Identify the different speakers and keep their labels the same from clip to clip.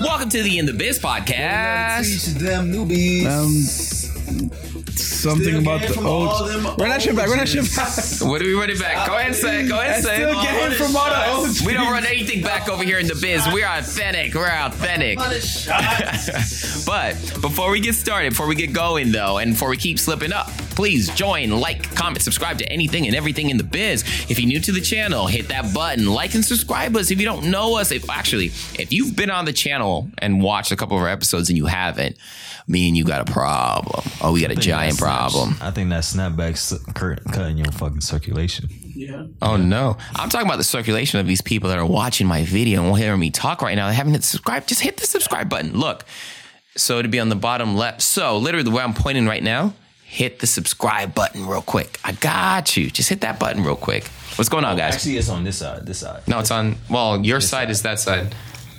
Speaker 1: Welcome to the In the Biz podcast.
Speaker 2: Teach them newbies.
Speaker 3: Something
Speaker 2: Still
Speaker 3: Um, about
Speaker 2: came
Speaker 3: the
Speaker 2: from
Speaker 3: old.
Speaker 2: all them
Speaker 3: Run that shit back. Run that shit
Speaker 2: OGs.
Speaker 3: back.
Speaker 1: What do we run it back? Go ahead and say. it. Go ahead
Speaker 3: I
Speaker 1: and say.
Speaker 3: still
Speaker 1: it.
Speaker 3: came from all the old.
Speaker 1: We don't run anything back over here in the biz. We're authentic. We're authentic. But before we get started, before we get going though, and before we keep slipping up, please join, like, comment, subscribe to anything and everything in the biz. If you're new to the channel, hit that button, like and subscribe us. If you don't know us, if actually, if you've been on the channel and watched a couple of our episodes and you haven't, me and you got a problem. Oh, we got a giant problem.
Speaker 4: I think that snapback's cur- cutting your fucking circulation.
Speaker 1: Oh no. I'm talking about the circulation of these people that are watching my video and will hear me talk right now. They haven't hit subscribe. Just hit the subscribe button. Look. So it'd be on the bottom left. So literally where I'm pointing right now, hit the subscribe button real quick. I got you. Just hit that button real quick. What's going on, guys?
Speaker 4: Actually, it's on this side. This side.
Speaker 1: no, it's on well, your side is that side.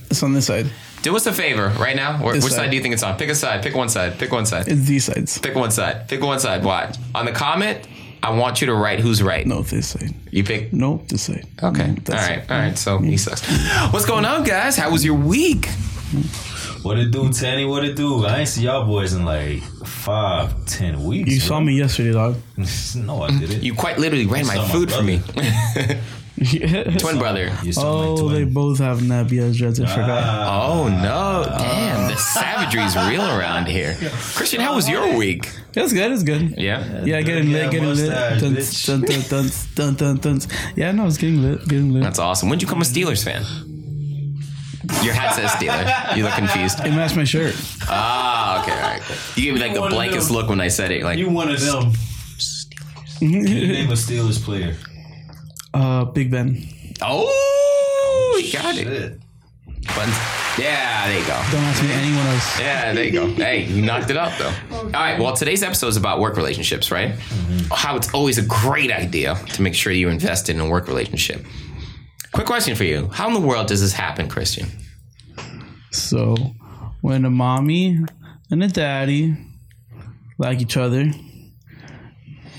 Speaker 3: It's on this side.
Speaker 1: Do us a favor right now. Wh- Which
Speaker 3: This
Speaker 1: side.
Speaker 3: side.
Speaker 1: do you think it's on? Pick a side. Pick one side. Pick one side.
Speaker 3: It's these sides.
Speaker 1: Pick one side. Pick one side. Watch. On the comment, I want you to write who's right.
Speaker 3: No, this side.
Speaker 1: You pick
Speaker 3: No, this side.
Speaker 1: Okay.
Speaker 3: Mm,
Speaker 1: all
Speaker 3: that's
Speaker 1: right.
Speaker 3: it. Mm.
Speaker 1: All right. So he sucks. What's going on, guys? How was your week?
Speaker 4: What it do, Tanny? What it do? I ain't see y'all boys in like five, ten weeks.
Speaker 3: You saw
Speaker 4: bro.
Speaker 3: me yesterday, dog.
Speaker 4: no, I didn't.
Speaker 1: You quite literally ran my
Speaker 4: saw my
Speaker 1: food for me.
Speaker 3: Yeah.
Speaker 1: Twin brother.
Speaker 4: You saw my
Speaker 3: Oh,
Speaker 4: twin.
Speaker 3: they both have nappy as dreads. I forgot.
Speaker 4: Ah,
Speaker 1: Oh no! Damn, the savagery's real around here. Christian, how was your week?
Speaker 3: It's good. It's good.
Speaker 1: Yeah.
Speaker 3: Yeah, getting
Speaker 4: Yeah,
Speaker 3: lit, getting lit.
Speaker 4: mustache,
Speaker 3: Dunce,
Speaker 4: bitch.
Speaker 3: dun, dun, dun, dun, dun, dun. Yeah, no, it's getting lit, getting lit.
Speaker 1: That's awesome. When'd you become a Steelers fan? Your hat says Steeler. You look confused.
Speaker 3: It matched my shirt.
Speaker 1: Ah, okay, all right. Cool. You gave me like the blankest look when I said it. Like,
Speaker 2: You one of them.
Speaker 4: name a Steelers player.
Speaker 3: Uh, Big Ben.
Speaker 1: oh, you got it.
Speaker 4: Shit.
Speaker 1: Buttons. Yeah, there you go.
Speaker 3: Don't ask me anyone else.
Speaker 1: Yeah, there you go. Hey, you knocked it up though. All right. Well, today's episode is about work relationships, right? How it's always a great idea to make sure you invest in a work relationship. Quick question for you: How in the world does this happen, Christian?
Speaker 3: So when a mommy and a daddy like each other,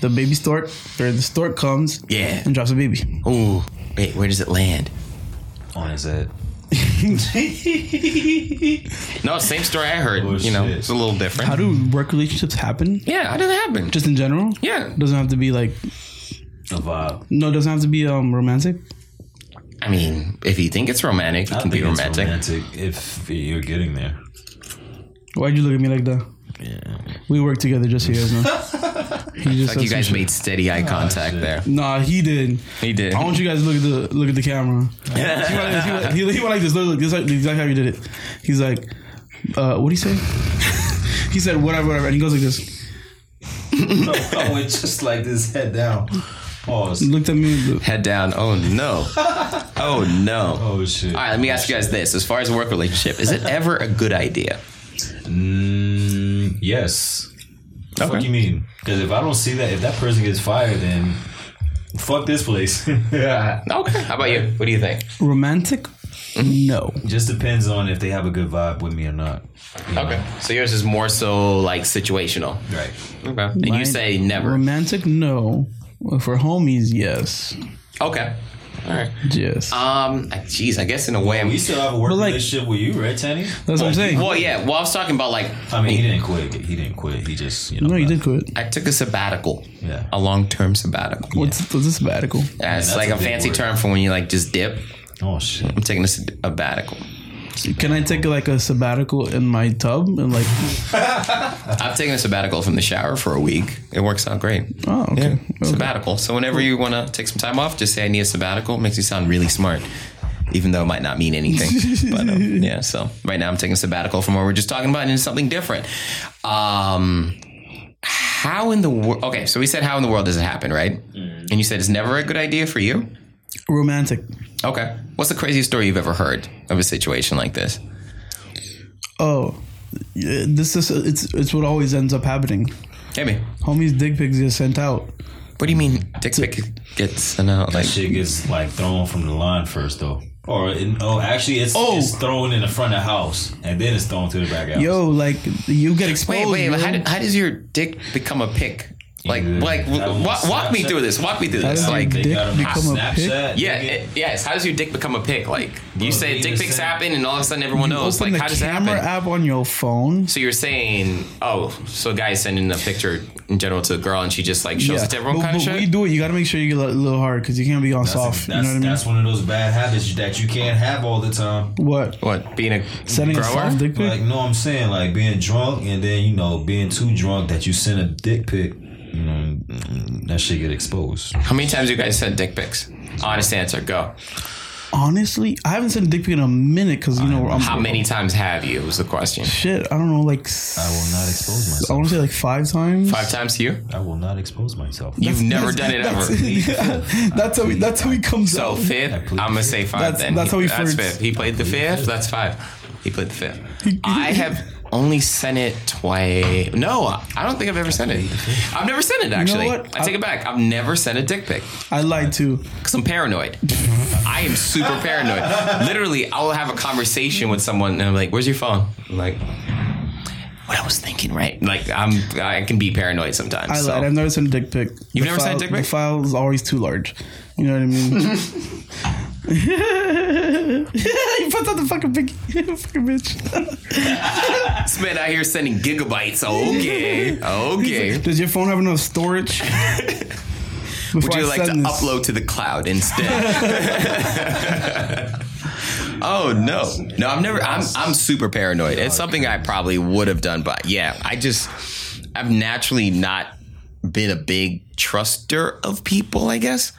Speaker 3: the baby stork or the stork comes
Speaker 1: Yeah.
Speaker 3: and drops a baby.
Speaker 1: Ooh, wait, where does it land?
Speaker 4: On his head.
Speaker 1: No, same story I heard.
Speaker 4: Oh,
Speaker 1: you know,
Speaker 4: shit.
Speaker 1: it's a little different.
Speaker 3: How do work relationships happen?
Speaker 1: yeah, how did it happen?
Speaker 3: Just in general?
Speaker 1: yeah.
Speaker 3: Doesn't have to be like
Speaker 4: A vibe.
Speaker 3: no, it doesn't have to be um romantic.
Speaker 1: I mean, if you think it's romantic, it
Speaker 4: I
Speaker 1: can
Speaker 4: think
Speaker 1: be
Speaker 4: it's
Speaker 1: romantic.
Speaker 4: romantic if you're getting there.
Speaker 3: Why'd you look at me like that?
Speaker 4: Yeah.
Speaker 3: We work together just so you guys know. He just
Speaker 1: Like you
Speaker 3: said
Speaker 1: guys
Speaker 3: some
Speaker 1: made steady eye contact
Speaker 4: Ah, shit. Oh,
Speaker 1: there.
Speaker 3: shit. Nah, he did.
Speaker 1: He did.
Speaker 3: I want you guys to look at the look at the camera. he, went like, he, went- he, he went like this. Look, look, this is exactly how he did it. He's like, uh, what do you say? he said whatever, whatever, and he goes like this.
Speaker 4: I went Oh, just like this, head down. Oh, Pause.
Speaker 3: Looked at me.
Speaker 1: Head down. Oh no. Oh no.
Speaker 4: Oh shit.
Speaker 1: All right, let me ask you guys this. As far as a work relationship, is it ever a good idea?
Speaker 4: Mm, yes. What
Speaker 1: Okay.
Speaker 4: Fuck you mean? Because if I don't see that, if that person gets fired, then fuck this place. yeah.
Speaker 1: Okay. How about you? What do you think?
Speaker 3: Romantic? No.
Speaker 4: Just depends on if they have a good vibe with me or not. You
Speaker 1: Okay.
Speaker 4: know?
Speaker 1: So yours is more so like situational.
Speaker 4: Right.
Speaker 1: Okay. And you
Speaker 3: Mine-
Speaker 1: say never.
Speaker 3: Romantic? No. For homies, yes.
Speaker 1: Okay. All right.
Speaker 3: Yes.
Speaker 1: Um. I- Jeez. I guess in a way, I'm.
Speaker 4: We still have a work
Speaker 3: But, like-
Speaker 4: relationship with you, right, Tanny?
Speaker 3: That's what I'm saying.
Speaker 1: Well, yeah. Well, I was talking about like
Speaker 4: I mean, he didn't quit. He didn't quit. He just, you know.
Speaker 3: no, you
Speaker 4: left.
Speaker 3: did quit.
Speaker 1: I took a sabbatical.
Speaker 4: Yeah.
Speaker 1: A long-term sabbatical.
Speaker 3: What's, what's this sabbatical?
Speaker 1: Yeah, it's
Speaker 4: that's
Speaker 1: like
Speaker 4: a
Speaker 1: a,
Speaker 4: big
Speaker 1: fancy
Speaker 4: word.
Speaker 1: term for when you like just dip.
Speaker 4: Oh shit.
Speaker 1: I'm taking a sabbatical.
Speaker 3: Can I take like a sabbatical in my tub and like?
Speaker 1: I've taken a sabbatical from the shower for a week. It works out great.
Speaker 3: Oh, okay. Okay.
Speaker 1: sabbatical. So whenever you want to take some time off, just say I need a sabbatical. It makes you sound really smart. even though it might not mean anything. but um, yeah, so right now I'm taking a sabbatical from what we're just talking about into something different. Um, how in the world? Okay, so we said how in the world does it happen, right? And you said it's never a good idea for you.
Speaker 3: Romantic.
Speaker 1: Okay, what's the craziest story you've ever heard of a situation like this?
Speaker 3: Oh, yeah, this is it's it's what always ends up happening.
Speaker 1: Hit me.
Speaker 3: Homies, dick pics get sent out.
Speaker 1: What do you mean? Dick pic gets an out like.
Speaker 4: Shit gets like thrown from the line first though. Or in, oh, actually, it's,
Speaker 3: Oh.
Speaker 4: it's thrown in the front of the house, and then it's thrown to the back house.
Speaker 3: Yo, like you get
Speaker 1: Wait,
Speaker 3: exposed.
Speaker 1: wait.
Speaker 3: yo.
Speaker 1: How, did, how does your dick become a pic? Like,
Speaker 4: Yeah.
Speaker 1: like, w- wa- walk me through this. Walk me through
Speaker 3: How
Speaker 1: this.
Speaker 3: does
Speaker 1: Like,
Speaker 3: your
Speaker 4: they
Speaker 3: dick
Speaker 4: got them on
Speaker 3: become a pic?
Speaker 4: Snapchat.
Speaker 1: Yeah,
Speaker 4: nigga.
Speaker 1: it, yes. How does your dick become a pic? Like you
Speaker 4: Bro,
Speaker 1: say,
Speaker 4: they
Speaker 1: dick
Speaker 4: just
Speaker 1: pics
Speaker 4: said-
Speaker 1: happen, and all of a sudden everyone knows.
Speaker 3: Open
Speaker 1: oh, Like,
Speaker 3: the
Speaker 1: how does that
Speaker 3: camera
Speaker 1: happen?
Speaker 3: app on your phone.
Speaker 1: So you're saying, oh, so a guy sending a picture in general to a girl, and she just like shows it to everyone,
Speaker 3: but,
Speaker 1: kind of
Speaker 3: but when you
Speaker 1: shit.
Speaker 3: do it, you got to make sure you get a little hard because you can't be on
Speaker 4: That's,
Speaker 3: soft. You know what I mean?
Speaker 4: that's one of those bad habits that you can't have all the time.
Speaker 3: what?
Speaker 1: What being a
Speaker 3: Sending
Speaker 1: grower?
Speaker 3: a soft dick pic?
Speaker 4: Like, no, I'm saying like being drunk and then you know being too drunk that you send a dick pic. You know, mm, that shit get exposed.
Speaker 1: How many times you guys sent dick pics? Honest answer, go.
Speaker 3: Honestly, I haven't sent a dick pic in a minute because you know I'm.
Speaker 1: How many times have you? Was the question.
Speaker 3: Shit, I don't know. Like
Speaker 4: I will not expose
Speaker 3: I
Speaker 4: myself.
Speaker 3: want to say like five times.
Speaker 1: Five times to you?
Speaker 4: I will not expose myself.
Speaker 1: You've never done it
Speaker 3: that's,
Speaker 1: ever.
Speaker 3: that's how he, that's how he comes
Speaker 1: So
Speaker 3: out.
Speaker 1: fifth, I'm gonna say five.
Speaker 3: That's-
Speaker 1: then
Speaker 3: that's how he flirts.
Speaker 1: fifth. He played the fifth. That's five. He played the fifth. I have only sent it twice. No, I don't think I've ever sent it. I've never sent it actually.
Speaker 3: what?
Speaker 1: I take it back. I've never sent a dick pic
Speaker 3: I lied too.
Speaker 1: because I'm paranoid. I am super paranoid. Literally, I will have a conversation with someone and I'm like, "Where's your phone?" I'm like. What I was thinking, right? Like I'm, I can be paranoid sometimes.
Speaker 3: I
Speaker 1: so.
Speaker 3: lied. I've never sent a dick pic.
Speaker 1: You've
Speaker 3: The
Speaker 1: never sent a
Speaker 3: file-
Speaker 1: dick pic?
Speaker 3: The file is always too large. You know what I mean? you put out the fucking pic, fucking bitch.
Speaker 1: This man out here sending gigabytes. Okay, okay.
Speaker 3: Does your phone have enough storage? Before
Speaker 1: Would you
Speaker 3: I
Speaker 1: like to
Speaker 3: send this?
Speaker 1: upload to the cloud instead? oh no, no! I'm never. I'm I'm super paranoid. It's something I probably would have done, but yeah, I just I've naturally not been a big truster of people. I guess.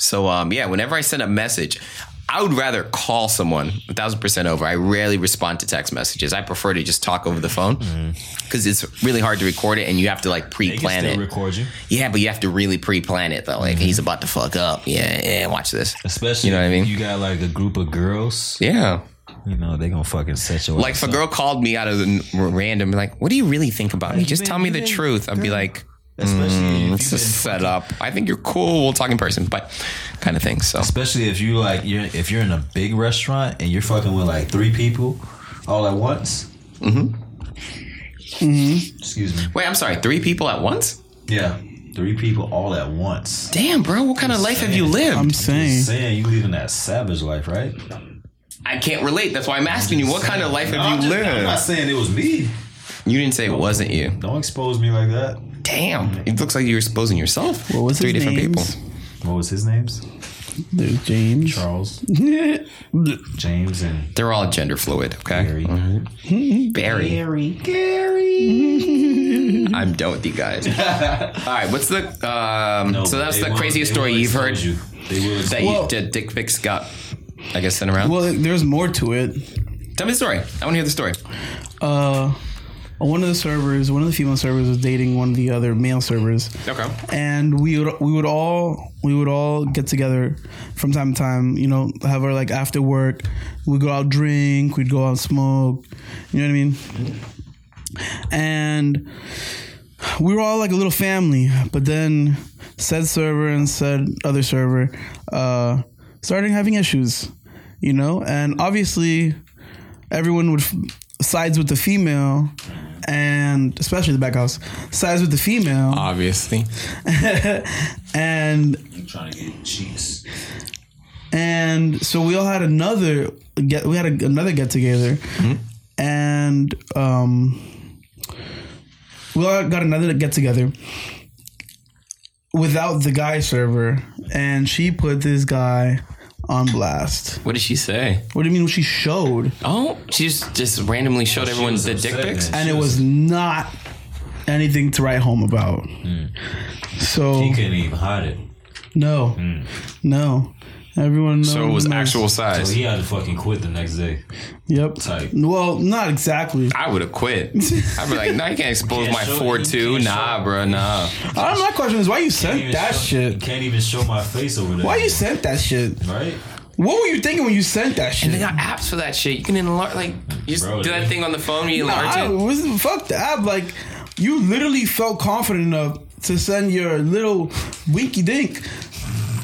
Speaker 1: So um, yeah, whenever I send a message, I would rather call someone a thousand percent over. I rarely respond to text messages. I prefer to just talk over the phone
Speaker 3: Mm-hmm.
Speaker 1: because it's really hard to record it, and you have to like
Speaker 4: They
Speaker 1: pre-plan
Speaker 4: can
Speaker 1: it.
Speaker 4: still record you,
Speaker 1: Yeah, but you have to really pre-plan it though. Like he's about to fuck up. Yeah, yeah. Watch this.
Speaker 4: especially
Speaker 1: You know what I
Speaker 4: if
Speaker 1: mean?
Speaker 4: You got like a group of girls.
Speaker 1: Yeah.
Speaker 4: You know they gonna fucking set your
Speaker 1: Like
Speaker 4: ass
Speaker 1: if a
Speaker 4: up.
Speaker 1: girl called me out of the n- random, like, what do you really think about me? Just tell me the truth. I'd be like,
Speaker 4: especially if
Speaker 1: it's
Speaker 4: you
Speaker 1: a
Speaker 4: been
Speaker 1: setup. I think you're cool. We'll talk in person, but kind of thing. So
Speaker 4: especially if you like you're if you're in a big restaurant and you're fucking with like three people all at once. Mm-hmm. Mm-hmm. Excuse me.
Speaker 1: wait, I'm sorry. Three people at once?
Speaker 4: Yeah, three people all at once.
Speaker 1: Damn, bro. What kind of life have you
Speaker 3: I'm
Speaker 1: lived?
Speaker 3: saying.
Speaker 4: Saying you living that savage life, right?
Speaker 1: I can't relate. That's why I'm asking you. What kind of life
Speaker 4: No, I'm
Speaker 1: have you
Speaker 4: just- I'm not
Speaker 1: lived?
Speaker 4: saying it was me.
Speaker 1: You didn't say it wasn't you.
Speaker 4: Don't expose me like that.
Speaker 1: Damn. It looks like you were exposing yourself.
Speaker 3: What was
Speaker 1: Three
Speaker 3: his
Speaker 1: different
Speaker 3: names?
Speaker 1: people.
Speaker 4: What was his names?
Speaker 3: There's James.
Speaker 4: Charles,
Speaker 3: Charles.
Speaker 4: James, and
Speaker 1: They're all gender fluid, okay?
Speaker 4: Gary.
Speaker 1: Barry.
Speaker 4: Gary, Gary.
Speaker 1: I'm done with you guys. All right, what's the um, so that's the craziest story you've heard
Speaker 4: You. They will.
Speaker 1: that
Speaker 3: Well-
Speaker 1: you did dick pics got I guess sent around.
Speaker 3: Well, there's more to it.
Speaker 1: Tell me the story. I want to hear the story.
Speaker 3: Uh, one of the servers, one of the female servers, was dating one of the other male servers.
Speaker 1: Okay.
Speaker 3: and we would we would all we would all get together from time to time. You know, have our like after work, we go out drink, we'd go out smoke. You know what I mean? And we were all like a little family. But then said server and said other server uh, started having issues. You know, and obviously everyone would f- sides with the female. And especially the back house sides with the female
Speaker 1: Obviously.
Speaker 3: and
Speaker 4: trying to get cheeks.
Speaker 3: and so we all had another get we had a, another get together
Speaker 5: Hmm?
Speaker 3: and um we all got another get together without the guy server and she put this guy on blast
Speaker 1: What did she say?
Speaker 3: what do you mean she showed
Speaker 1: Oh, she just just randomly showed everyone
Speaker 4: was
Speaker 1: the dick
Speaker 4: upset,
Speaker 1: pics.
Speaker 4: man.
Speaker 3: and it was not anything to write home about so
Speaker 4: Hmm. He couldn't even hide it.
Speaker 3: No, no. Everyone knows.
Speaker 5: So it was actual
Speaker 4: So
Speaker 5: size.
Speaker 4: he had to fucking quit the next day.
Speaker 3: Yep.
Speaker 4: Type.
Speaker 3: Well, not exactly.
Speaker 5: I would have quit. I'd be like, no, you can't expose
Speaker 4: can't
Speaker 5: my
Speaker 4: show-
Speaker 5: four
Speaker 4: you
Speaker 5: two.
Speaker 4: can't
Speaker 5: Nah,
Speaker 4: show-
Speaker 5: bro, nah.
Speaker 3: I don't, my question is why you sent
Speaker 4: Even
Speaker 3: that
Speaker 4: show-
Speaker 3: shit?
Speaker 4: Can't even show my face over there.
Speaker 3: Why you sent that shit?
Speaker 4: Right?
Speaker 3: What were you thinking when you sent that shit?
Speaker 1: And they got apps for that shit. You can enlarge, like, you just
Speaker 4: Bro,
Speaker 1: do that
Speaker 4: dude.
Speaker 1: thing on the phone. You
Speaker 3: No,
Speaker 1: enlarge
Speaker 3: I
Speaker 1: it.
Speaker 3: was fuck the app. Like you literally felt confident enough to send your little winky dink,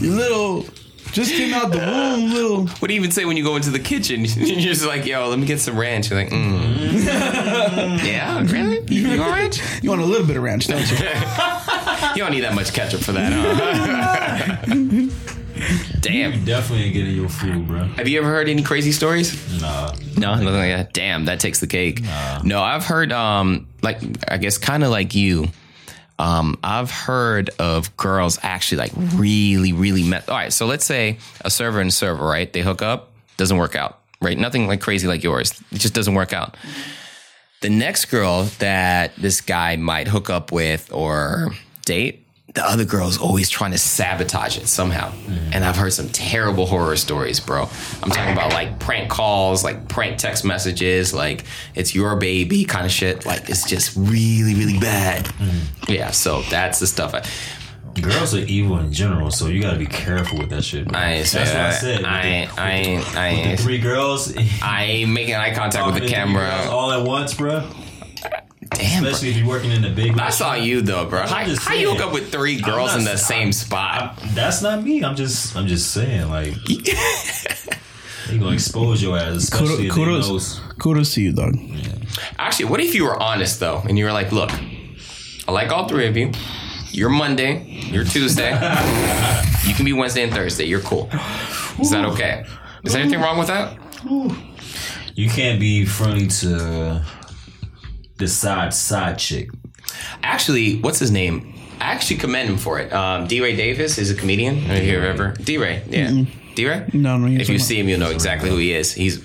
Speaker 3: your little just came out the womb, little.
Speaker 1: What do you even say when you go into the kitchen? You're just like, yo, let me get some ranch. You're like, mm. yeah, really? You, you want ranch?
Speaker 3: You want a little bit of ranch, don't you?
Speaker 1: You don't need that much ketchup for that, huh?
Speaker 4: You
Speaker 1: Damn.
Speaker 4: definitely ain't getting your food, bro.
Speaker 1: Have you ever heard any crazy stories?
Speaker 4: Nah.
Speaker 1: No, nothing like that. Damn, that takes the cake. No, I've heard, um, like, I guess kind of like you. Um, I've heard of girls actually like really, really met. All right, so let's say a server and server, right? They hook up, doesn't work out, right? Nothing like crazy like yours. It just doesn't work out. The next girl that this guy might hook up with or date, the other girl's always trying to sabotage it somehow.
Speaker 4: Mm-hmm.
Speaker 1: And I've heard some terrible horror stories, bro. I'm talking about like prank calls, like prank text messages, like it's your baby kind of shit. Like it's just really, really bad.
Speaker 4: Mm-hmm.
Speaker 1: Yeah, so that's the stuff. I,
Speaker 4: Girls are evil in general, so you gotta be careful with that shit. Bro.
Speaker 1: I ain't
Speaker 4: That's
Speaker 1: saying
Speaker 4: what I
Speaker 1: that.
Speaker 4: said.
Speaker 1: I ain't, I ain't, I
Speaker 4: The
Speaker 1: ain't,
Speaker 4: three girls
Speaker 1: I ain't making eye contact with the
Speaker 4: three girls
Speaker 1: camera.
Speaker 4: all at once, bro.
Speaker 1: Damn, bro.
Speaker 4: Especially if you're working in the big.
Speaker 1: I saw you though, bro. How,
Speaker 4: just
Speaker 1: how you
Speaker 4: saying.
Speaker 1: hook up with three
Speaker 4: I'm
Speaker 1: girls
Speaker 4: not
Speaker 1: in the
Speaker 4: s-
Speaker 1: same spot?
Speaker 4: That's not me. I'm just. I'm just saying. Like, they gonna expose your ass, especially if they
Speaker 3: Kudos,
Speaker 4: knows.
Speaker 3: kudos to you, dog.
Speaker 1: Actually, what if you were honest though, and you were like, "Look, I like all three of you. You're Monday, you're Tuesday, you can be Wednesday and Thursday. You're cool. Is that okay? Is there anything wrong with that?
Speaker 4: You can't be friendly to the side side chick.
Speaker 1: Actually, what's his name? I actually commend him for it. Um, D. Ray Davis is a comedian. Have you ever D. Ray? Yeah, D. Ray.
Speaker 3: No, no, you're
Speaker 1: If you
Speaker 3: talking-
Speaker 1: see him, you'll know exactly who he is. He's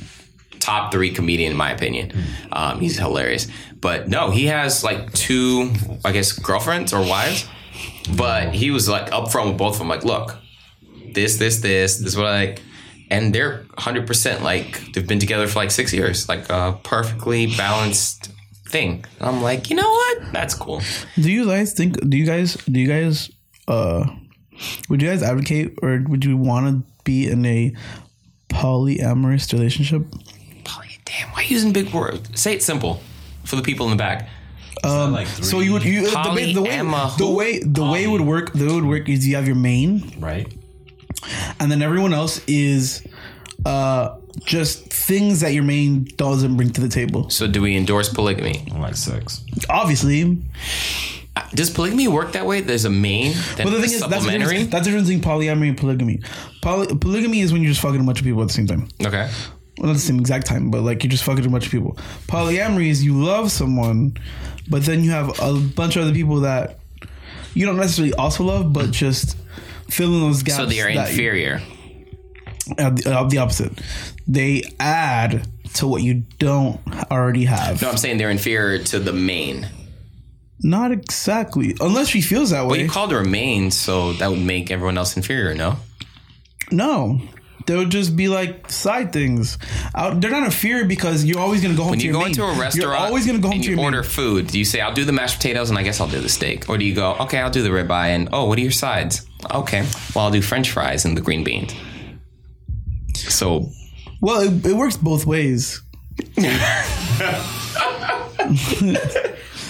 Speaker 1: top three comedian in my opinion. Um, he's hilarious. But no, he has like two, I guess, girlfriends or wives. But he was like upfront with both of them. Like, look, this, this, this, this. is What I like. And they're hundred percent like they've been together for like six years, like a perfectly balanced thing. And I'm like, you know what? That's cool.
Speaker 3: Do you guys think? Do you guys? Do you guys? Uh, would you guys advocate, or would you want to be in a polyamorous relationship?
Speaker 1: Poly- Damn, why you using big words? Say it simple for the people in the back.
Speaker 4: Um, like three,
Speaker 3: So you would you the, way- the way
Speaker 1: Polyama-
Speaker 3: the way the way it would work the way it would work is you have your main
Speaker 4: right?
Speaker 3: and then everyone else is uh just things that your main doesn't bring to the table.
Speaker 1: So, do we endorse polygamy?
Speaker 4: I like sex.
Speaker 3: Obviously,
Speaker 1: Does polygamy work that way? There's a main, then
Speaker 3: but the
Speaker 1: a
Speaker 3: thing is that's the
Speaker 1: supplementary.
Speaker 3: difference, that's the difference between polyamory and polygamy. Poly, polygamy is when you're just fucking a bunch of people at the same time.
Speaker 1: okay.
Speaker 3: Well, not the same exact time, but like you're just fucking a bunch of people. Polyamory is you love someone, but then you have a bunch of other people that you don't necessarily also love, but just filling those gaps.
Speaker 1: So they are
Speaker 3: that you-
Speaker 1: inferior.
Speaker 3: uh, the, uh, the opposite. They add to what you don't already have.
Speaker 1: No, I'm saying they're inferior to the main.
Speaker 3: Not exactly, unless she feels that
Speaker 1: But
Speaker 3: way.
Speaker 1: you called her a main, so that would make everyone else inferior. No,
Speaker 3: no, they would just be like side things. Out, they're not a fear because you're always gonna go home
Speaker 1: when
Speaker 3: to
Speaker 1: you go
Speaker 3: your main.
Speaker 1: into a restaurant,
Speaker 3: You're always gonna go home
Speaker 1: and
Speaker 3: to
Speaker 1: you
Speaker 3: your
Speaker 1: order
Speaker 3: main.
Speaker 1: food. Do you say I'll do the mashed potatoes and I guess I'll do the steak, or do you go okay I'll do the ribeye and oh what are your sides? Okay, well I'll do French fries and the green beans. So
Speaker 3: Well, it, it works both ways.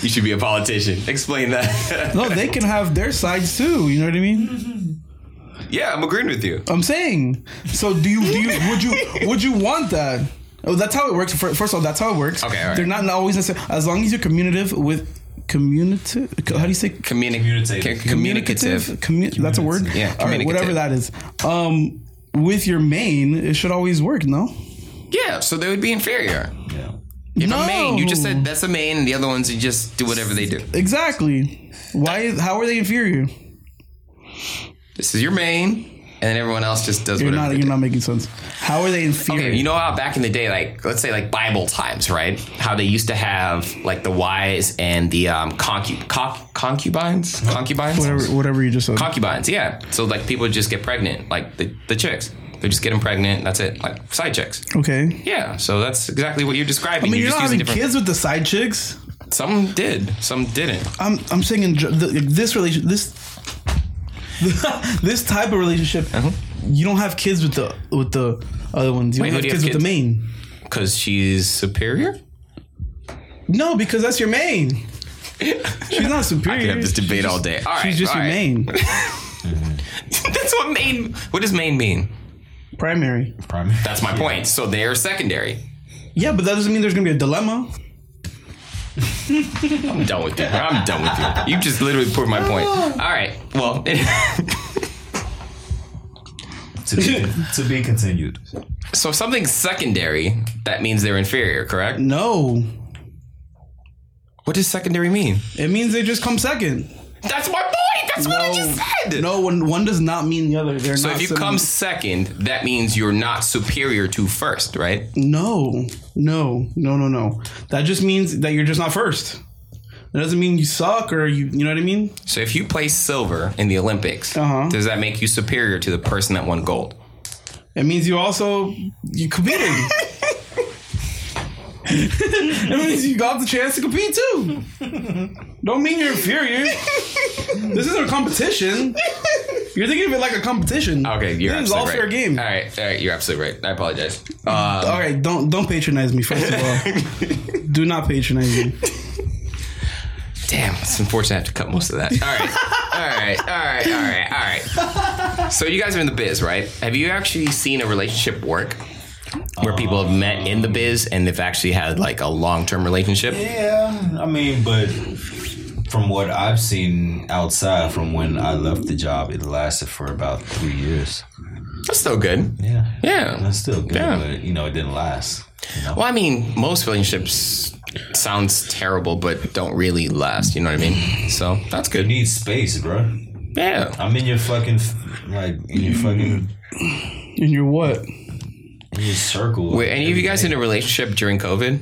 Speaker 1: you should be a politician. Explain that.
Speaker 3: No, they can have their sides too. You know what I mean?
Speaker 1: yeah, I'm agreeing with you.
Speaker 3: I'm saying. So do you? Do you? Would you? Would you want that? Oh, that's how it works. Fir- First of all, that's how it works.
Speaker 1: Okay, all right.
Speaker 3: They're not always necessary. As long as you're communicative with communicative. How do you say?
Speaker 1: Communi-
Speaker 4: Communicative.
Speaker 1: c- communicative.
Speaker 3: Commu- that's a word.
Speaker 1: Yeah,
Speaker 3: All right. Whatever
Speaker 1: communicative.
Speaker 3: that is. Um, with your main, it should always work. No.
Speaker 1: Yeah, so they would be inferior.
Speaker 4: Yeah.
Speaker 1: You have
Speaker 3: no.
Speaker 1: a main. You just said that's a main. and The other ones you just do whatever they do.
Speaker 3: exactly. Why? Is, how are they inferior?
Speaker 1: This is your main, and then everyone else just does
Speaker 3: You're
Speaker 1: whatever.
Speaker 3: not.
Speaker 1: they
Speaker 3: You're
Speaker 1: do.
Speaker 3: not making sense. How are they inferior?
Speaker 1: Okay, you know how back in the day, like let's say like Bible times, right? How they used to have like the wives and the um, concu- conc- concubines, concubines,
Speaker 3: whatever. Whatever you just said.
Speaker 1: concubines. Yeah, so like people would just get pregnant, like the, the chicks. They're just getting pregnant. That's it. Like side chicks.
Speaker 3: Okay.
Speaker 1: Yeah. So that's exactly what you're describing.
Speaker 3: I mean,
Speaker 1: you're just
Speaker 3: you're not
Speaker 1: using
Speaker 3: having
Speaker 1: different.
Speaker 3: kids with the side chicks.
Speaker 1: Some did. Some didn't.
Speaker 3: I'm I'm saying in, ge- th- this relation this this type of relationship, you don't have kids with the with the other ones. You
Speaker 1: Uh-huh. Wait, who
Speaker 3: don't have
Speaker 1: do you
Speaker 3: kids
Speaker 1: have
Speaker 3: with the
Speaker 1: kids?
Speaker 3: main.
Speaker 1: Because she's superior.
Speaker 3: No, because that's your main. She's not superior.
Speaker 6: We have this debate all day. All right,
Speaker 3: She's just
Speaker 6: all
Speaker 3: your
Speaker 6: right.
Speaker 3: main
Speaker 1: That's what main. What does main mean?
Speaker 3: primary.
Speaker 4: Primary.
Speaker 1: That's my point. So they are secondary.
Speaker 3: Yeah, but that doesn't mean there's gonna be a dilemma.
Speaker 1: I'm done with you. I'm done with you. You just literally proved my point. All right. Well,
Speaker 4: to, be, to be continued.
Speaker 1: so if something's secondary, that means they're inferior,
Speaker 3: Mm.
Speaker 1: correct?
Speaker 3: No,
Speaker 1: What does secondary mean?
Speaker 3: it means they just come second.
Speaker 1: That's my point. That's what I just said.
Speaker 3: No, one one does not mean the other. They're
Speaker 1: So
Speaker 3: not
Speaker 1: if you
Speaker 3: similar.
Speaker 1: come second, that means you're not superior to first, right?
Speaker 3: Mm. No, no, no, no, no. That just means that you're just not first. That doesn't mean you suck or you. You know what I mean?
Speaker 1: So if you place silver in the Olympics,
Speaker 3: Uh-huh.
Speaker 1: does that make you superior to the person that won gold?
Speaker 3: It means you also you competed. it means you got the chance to compete too. Don't mean you're inferior. This isn't a competition. You're thinking of it like a competition.
Speaker 1: Okay, you're
Speaker 3: this is all
Speaker 1: absolutely
Speaker 3: fair
Speaker 1: right.
Speaker 3: game.
Speaker 1: All right, all right, you're absolutely right. I apologize. Uh,
Speaker 3: All right, don't don't patronize me first of all. Do not patronize me.
Speaker 1: Damn, it's unfortunate I have to cut most of that. All right. All right. All right. All right. All right. So you guys are in the biz, right? Have you actually seen a relationship work where people have met in the biz and they've actually had like a long-term relationship?
Speaker 4: Yeah, I mean, but from what I've seen outside, from when I left the job, it lasted for about three years.
Speaker 1: That's still good.
Speaker 4: Yeah,
Speaker 1: Yeah.
Speaker 4: that's still good,
Speaker 1: Yeah.
Speaker 4: but you know, it didn't last. You know?
Speaker 1: Well, I mean, most relationships sounds terrible but don't really last, you know what I mean? So, that's
Speaker 4: You
Speaker 1: good.
Speaker 4: need space, bro.
Speaker 1: Yeah.
Speaker 4: I'm in your fucking f- like in your fucking
Speaker 3: And you're what?
Speaker 4: in your circle.
Speaker 1: Were any of you guys in a relationship during COVID?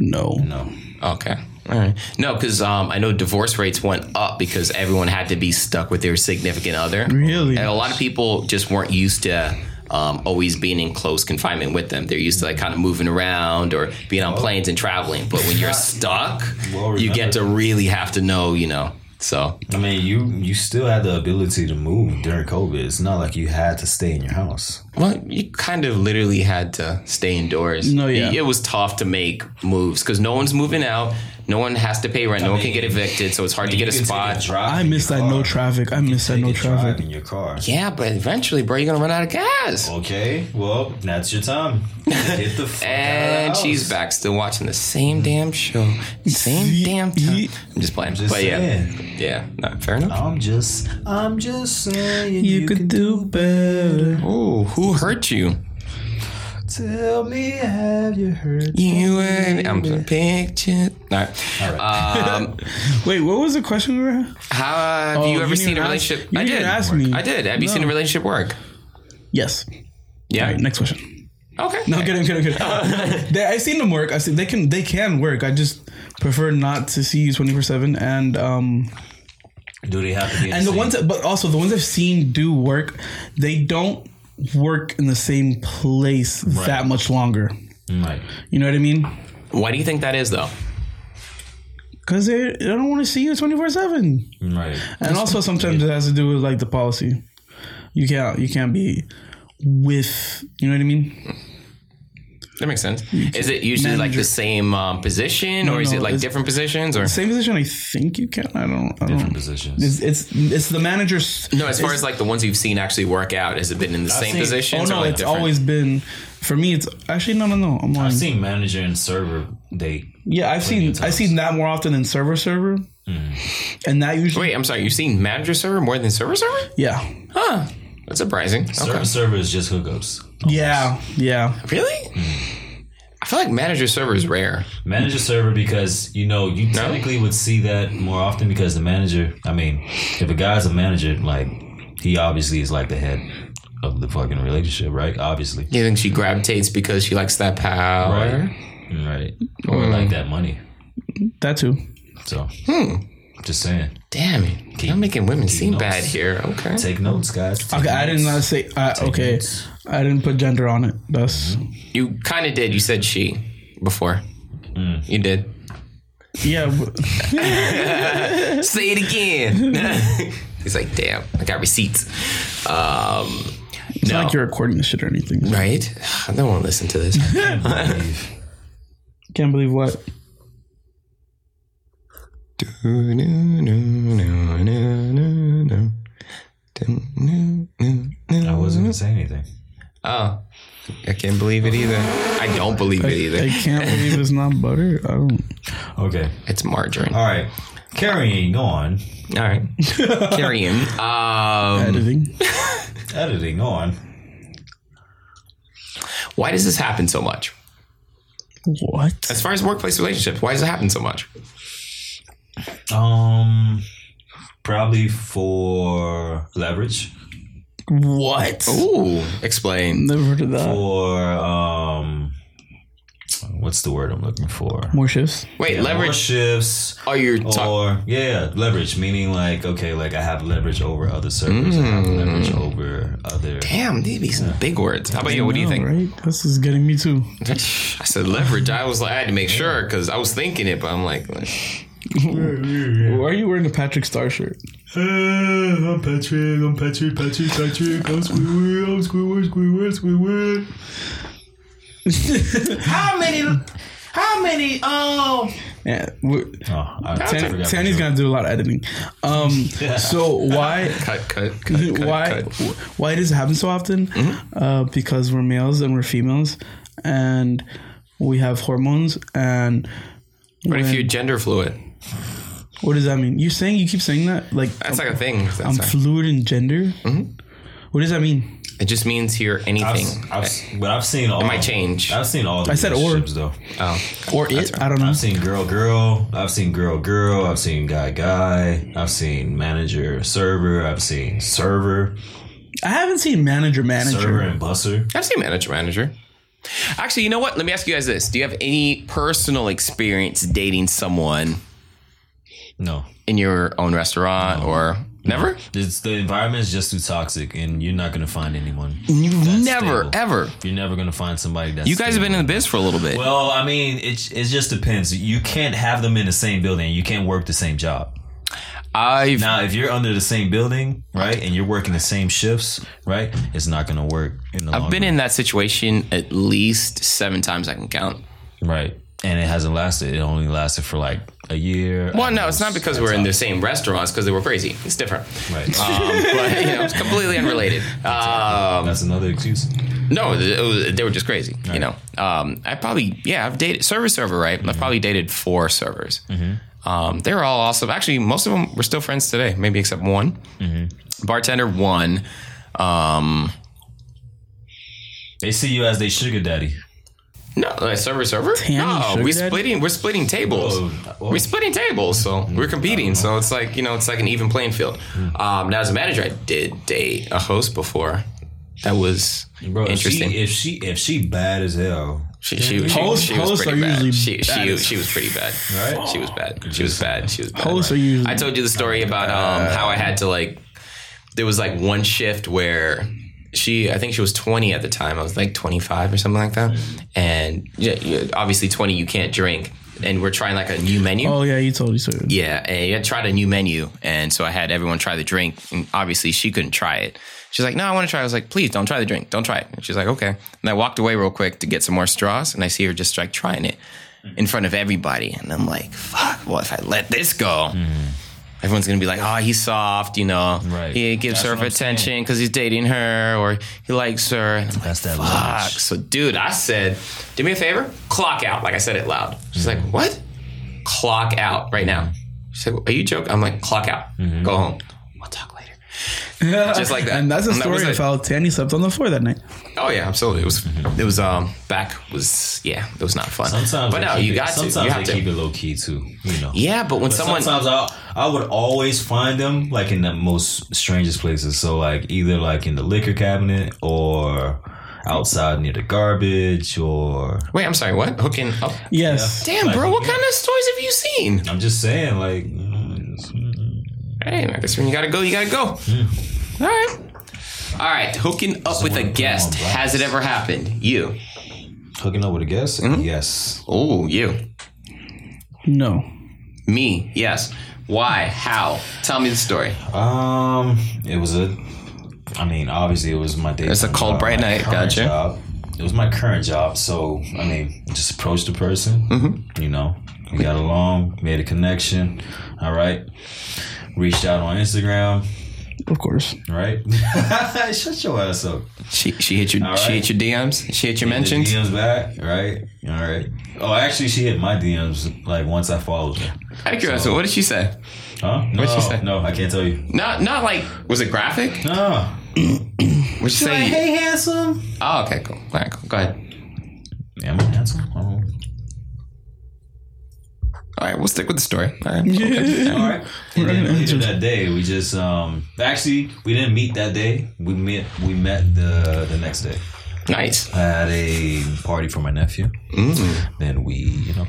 Speaker 3: No.
Speaker 4: No,
Speaker 1: Okay. All right. No, because um, I know divorce rates went up because everyone had to be stuck with their significant other.
Speaker 3: Really?
Speaker 1: And a lot of people just weren't used to um, always being in close confinement with them. They're used to like kind of moving around or being on planes and traveling. But when you're stuck,
Speaker 4: Well,
Speaker 1: you get to really have to know, you know. So
Speaker 4: I mean you you still had the ability to move during COVID. It's not like you had to stay in your house.
Speaker 1: Well, you kind of literally had to stay indoors.
Speaker 3: No, yeah.
Speaker 1: It, it was tough to make moves because no one's moving out. No one has to pay rent. no one can
Speaker 4: mean,
Speaker 1: get evicted, so it's hard to
Speaker 4: You
Speaker 1: get a
Speaker 4: can take
Speaker 1: spot.
Speaker 4: drive
Speaker 3: I
Speaker 4: in
Speaker 3: miss
Speaker 4: your
Speaker 3: that no
Speaker 4: car.
Speaker 3: traffic. I miss that
Speaker 4: Take
Speaker 3: no
Speaker 4: a drive
Speaker 3: traffic.
Speaker 4: in your car.
Speaker 1: Yeah, but eventually, bro, you're gonna run out of gas.
Speaker 3: Oh,
Speaker 4: Okay, well that's your time. Get the fuck out
Speaker 1: And
Speaker 4: of the
Speaker 1: she's
Speaker 4: house.
Speaker 1: back, still watching the same damn show, same damn time. I'm just playing,
Speaker 4: Just
Speaker 1: but yeah,
Speaker 4: saying.
Speaker 1: yeah, not fair enough.
Speaker 4: I'm just, I'm just saying.
Speaker 3: You, could do better.
Speaker 1: Oh, who hurt you?
Speaker 4: tell me, have you heard?
Speaker 1: You and I'm a picture. All right.
Speaker 4: All right.
Speaker 1: Um,
Speaker 3: Wait, what was the question we were?
Speaker 1: how have
Speaker 3: Oh,
Speaker 1: you ever
Speaker 3: you
Speaker 1: seen
Speaker 3: didn't
Speaker 1: a
Speaker 3: ask-
Speaker 1: relationship?
Speaker 3: you
Speaker 1: I
Speaker 3: didn't
Speaker 1: did.
Speaker 3: ask me.
Speaker 1: I did. Have you seen a
Speaker 3: No.
Speaker 1: relationship work?
Speaker 3: Yes.
Speaker 1: Yeah.
Speaker 3: All right, next question.
Speaker 1: Okay.
Speaker 3: No, kidding, kidding, kidding. they, I've seen them work. I see they can they can work. I just prefer not to see you twenty four seven. And um
Speaker 4: Do they have to be?
Speaker 3: and the
Speaker 4: same-
Speaker 3: ones, that, but also the ones I've seen do work, they don't work in the same place that much longer.
Speaker 4: Right.
Speaker 3: You know what I mean?
Speaker 1: Why do you think that is, though?
Speaker 3: Because they, they don't want to see you twenty four seven.
Speaker 4: Right.
Speaker 3: And also sometimes it has to do with like the policy. You can't you can't be with you know what I mean?
Speaker 1: That makes sense. Is it usually like the
Speaker 3: Manager.
Speaker 1: same um, position, or is
Speaker 3: no,
Speaker 1: it like
Speaker 3: it's-
Speaker 1: different positions, or?
Speaker 3: Same position I think you can. I don't I
Speaker 4: Different
Speaker 3: don't
Speaker 4: positions.
Speaker 3: It's, it's it's the manager's
Speaker 1: No, as far as like the ones you've seen actually work out, has it been in the same
Speaker 4: seen-
Speaker 1: position?
Speaker 3: Oh no, it's always been for me. It's actually no, no, no. I'm lying.
Speaker 4: I've seen manager and server. They
Speaker 3: yeah, I've seen I've seen that more often than server server, and that usually
Speaker 1: Hmm. Wait, Oh, I'm sorry. You've seen manager server more than server server?
Speaker 3: yeah
Speaker 1: Huh. That's surprising.
Speaker 4: server
Speaker 1: Okay.
Speaker 4: server is just hookups.
Speaker 3: yeah yeah.
Speaker 1: Really? I feel like manager server is rare.
Speaker 4: Manager server because you know you technically would see that more often because the manager. I mean, if a guy's a manager, like he obviously is like the head of the fucking relationship, right? Obviously.
Speaker 1: You think she gravitates because she likes that power?
Speaker 3: Hmm.
Speaker 4: Right. Right. Or like that money.
Speaker 3: That too.
Speaker 4: So Just saying.
Speaker 1: Damn it. I'm making women seem bad here. Okay.
Speaker 4: Take notes, guys. Take
Speaker 3: Okay, I did not
Speaker 4: notes.
Speaker 3: say. Uh, okay, I didn't put gender on it. That's
Speaker 1: You kind of did. You said she before.
Speaker 3: Mm.
Speaker 1: You did.
Speaker 3: yeah. but-
Speaker 1: Say it again. He's like, damn, I got receipts. Um,
Speaker 3: It's
Speaker 1: no.
Speaker 3: not like you're recording this shit or anything.
Speaker 1: right? I don't want to listen to this.
Speaker 3: Can't believe what.
Speaker 1: Oh.
Speaker 4: I wasn't gonna say anything.
Speaker 1: Oh, I can't believe it either. I don't believe it
Speaker 3: I
Speaker 1: either.
Speaker 3: can't believe it's not butter. I don't.
Speaker 4: Okay.
Speaker 1: It's margarine.
Speaker 4: All right. Carrying on.
Speaker 1: All right. Carry him. Um,
Speaker 3: Editing.
Speaker 4: Editing on.
Speaker 1: why does this happen so much?
Speaker 3: What?
Speaker 1: As far as workplace relationships, why does it happen so much?
Speaker 4: Um, probably for leverage.
Speaker 3: What?
Speaker 1: Ooh, explain.
Speaker 3: Never heard of
Speaker 1: Oh.
Speaker 3: that.
Speaker 4: Or um, what's the word I'm looking for?
Speaker 3: More shifts.
Speaker 1: Wait,
Speaker 4: More
Speaker 1: leverage.
Speaker 4: shifts.
Speaker 1: Oh, you're talking.
Speaker 4: or yeah, leverage meaning like okay, like I have leverage over other servers, I
Speaker 3: Mm.
Speaker 4: have leverage over other.
Speaker 1: Damn, these be some big words. How about you? What do you
Speaker 3: No,
Speaker 1: think?
Speaker 3: Right? This is getting me too.
Speaker 1: I said leverage. I was like, I had to make sure because I was thinking it, but I'm like, like,
Speaker 3: Why are you wearing a Patrick Star shirt?
Speaker 4: I'm Patrick. I'm Patrick. Patrick. Patrick. I'm Squidward. I'm Squidward. Squidward. Squidward.
Speaker 1: how many? How many? Um,
Speaker 3: Yeah. we-
Speaker 4: Oh, I, I
Speaker 3: Tan-
Speaker 4: forgot
Speaker 3: Tanny's
Speaker 4: my joke.
Speaker 3: gonna do a lot of editing. Um, So why
Speaker 1: cut, cut, cut, cut,
Speaker 3: why
Speaker 1: cut.
Speaker 3: why does it happen so often?
Speaker 1: Mm-hmm.
Speaker 3: Uh, because we're males and we're females, and we have hormones. And
Speaker 1: What if
Speaker 3: when-
Speaker 1: you're gender fluid?
Speaker 3: what does that mean? You're saying you keep saying that like
Speaker 1: That's Mm-hmm. like a thing. That's
Speaker 3: I'm
Speaker 1: a-
Speaker 3: fluid in gender. What does that mean?
Speaker 1: it just means you're
Speaker 4: I've,
Speaker 1: anything.
Speaker 4: I've, s- but I've seen all.
Speaker 1: might change.
Speaker 4: I've seen all. The
Speaker 3: I said or.
Speaker 4: relationships, though.
Speaker 3: Or it? I don't know.
Speaker 4: I've seen girl, girl. I've seen girl, girl. I've seen guy, guy. I've seen manager, server. I've seen server,
Speaker 3: I haven't seen manager
Speaker 4: server
Speaker 3: manager.
Speaker 4: and busser.
Speaker 1: I've seen manager manager. Actually, you know what? Let me ask you guys this: Do you have any personal experience dating someone
Speaker 4: No,
Speaker 1: in your own restaurant or never?
Speaker 4: it's, the environment is just too toxic, and you're not gonna find anyone.
Speaker 1: You've
Speaker 4: that's
Speaker 1: never,
Speaker 4: stable.
Speaker 1: ever.
Speaker 4: You're never gonna find somebody that's.
Speaker 1: You guys have been in the biz for a little bit.
Speaker 4: Well, I mean, it it just depends. You can't have them in the same building. You can't work the same job.
Speaker 1: I've
Speaker 4: Now, if you're under the same building, right, and you're working the same shifts, right, it's not gonna work in the long
Speaker 1: I've been
Speaker 4: run.
Speaker 1: in that situation at least seven times I can count.
Speaker 4: right, and it hasn't lasted. It only lasted for like a year.
Speaker 1: Well, no, it's not because we're in the same restaurants because they were crazy. It's different.
Speaker 4: Right.
Speaker 1: Um, but, you know, it's completely unrelated. Um,
Speaker 4: That's another excuse.
Speaker 1: no, it was- they were just crazy, you know. Um, I probably, yeah, I've dated server server, right?
Speaker 3: Mm-hmm.
Speaker 1: I've probably dated four servers. Um, they were all awesome. Actually, most of them we're still friends today, maybe except one.
Speaker 3: Mm-hmm.
Speaker 1: Bartender, one. Um,
Speaker 4: They see you as they sugar daddy.
Speaker 1: no, like server server? No,
Speaker 3: sugar
Speaker 1: we're
Speaker 3: daddy?
Speaker 1: splitting, we're splitting tables.
Speaker 4: well,
Speaker 1: We're splitting tables, so
Speaker 3: Mm.
Speaker 1: we're competing. So it's like you know, it's like an even playing field. Um, now, as a manager, I did date a host before. That was
Speaker 4: bro, if
Speaker 1: interesting.
Speaker 4: she, if she if she bad as hell,
Speaker 1: she, she, she,
Speaker 3: Hosts-
Speaker 1: she was
Speaker 3: hosts
Speaker 1: pretty
Speaker 3: are usually
Speaker 1: bad. She,
Speaker 3: bad
Speaker 1: she,
Speaker 3: as-
Speaker 1: she was pretty bad.
Speaker 4: Right?
Speaker 1: She was bad. She was bad. She was bad.
Speaker 3: Hosts are usually-
Speaker 1: I told you the story about um, how I had to like. There was like one shift where she, I think she was 20 at the time. I was like 25 or something like that. And yeah, yeah, obviously 20, you can't drink. And we're trying like a new menu.
Speaker 3: Oh yeah, you told you so.
Speaker 1: Yeah, and I tried a new menu, and so I had everyone try the drink. And obviously, she couldn't try it. She's like, "No, I want to try." it." I was like, "Please don't try the drink. Don't try it." And she's like, "Okay." And I walked away real quick to get some more straws, and I see her just like trying it in front of everybody, and I'm like, "Fuck! Well, if I let this go." Everyone's gonna be like, "Oh, he's soft, you know.
Speaker 4: Mm-hmm. Right.
Speaker 1: He gives
Speaker 4: That's
Speaker 1: her
Speaker 4: what I'm
Speaker 1: attention because he's dating her, or he likes her." And I'm like,
Speaker 4: That's that
Speaker 1: Fuck.
Speaker 4: leverage.
Speaker 1: So, dude, I said, "Do me a favor, clock out." Like I said it loud. She's like, "What?" clock out right now. She said, Are you joking? I'm like, clock out.
Speaker 4: Mm-hmm.
Speaker 1: Go home. We'll talk later. Just like that.
Speaker 3: And that's a
Speaker 1: And that was
Speaker 3: story
Speaker 1: it.
Speaker 3: of how Tanny slept on the floor that night.
Speaker 1: Oh yeah, absolutely. It was it was um back was yeah, it was not fun.
Speaker 4: Mm-hmm. sometimes
Speaker 1: but
Speaker 4: they
Speaker 1: no,
Speaker 4: keep
Speaker 1: you
Speaker 4: it-
Speaker 1: got to.
Speaker 4: sometimes
Speaker 1: You have
Speaker 4: they keep
Speaker 1: to.
Speaker 4: it low key too. You know.
Speaker 1: Yeah, but when
Speaker 4: But
Speaker 1: someone
Speaker 4: sometimes I I would always find them like in the most strangest places. So like either like in the liquor cabinet or outside near the garbage or
Speaker 1: Wait, I'm sorry, what? Hooking up
Speaker 3: Yes.
Speaker 1: Damn, bro, what kind of stories have you seen?
Speaker 4: I'm just saying like. you know, it's-
Speaker 1: hey, I guess when you gotta go, you gotta go. All right. All right, hooking up with a
Speaker 4: Someone-
Speaker 1: guest.
Speaker 4: someone
Speaker 1: Has it ever happened? You.
Speaker 4: Hooking up with a guest? Yes.
Speaker 1: Oh, you.
Speaker 3: No.
Speaker 1: Me. Yes. Why? How? Tell me the story.
Speaker 4: Um, it was a. I mean, obviously, it was my day.
Speaker 1: It's a cold,
Speaker 4: job,
Speaker 1: bright
Speaker 4: my
Speaker 1: night,
Speaker 4: current
Speaker 1: gotcha.
Speaker 4: Job. It was my current job, so I mean, just approached the person.
Speaker 1: Mm-hmm.
Speaker 4: You know, we got along, made a connection. All right, reached out on Instagram.
Speaker 3: Of course.
Speaker 4: Right, shut your ass up.
Speaker 1: She she hit your
Speaker 4: All
Speaker 1: she
Speaker 4: right.
Speaker 1: hit your DMs. She hit your
Speaker 4: Hit the
Speaker 1: mentions.
Speaker 4: DMs back. Right, all right. Oh, actually, she hit my DMs like once I followed her.
Speaker 1: Out of curiosity, what did she say?
Speaker 4: Huh? No,
Speaker 1: What'd she say?
Speaker 4: no, I can't tell you.
Speaker 1: Not not like was it graphic?
Speaker 4: No.
Speaker 1: Would she say?
Speaker 4: hey, handsome.
Speaker 1: Oh, okay, cool. All right, cool. Go ahead.
Speaker 4: Am I handsome? I don't know.
Speaker 1: All right, we'll stick with the story. All right.
Speaker 4: All right. And then later that day, we just um actually we didn't meet that day. We met we met the the next day
Speaker 1: Nice.
Speaker 4: at a party for my nephew. Then we you know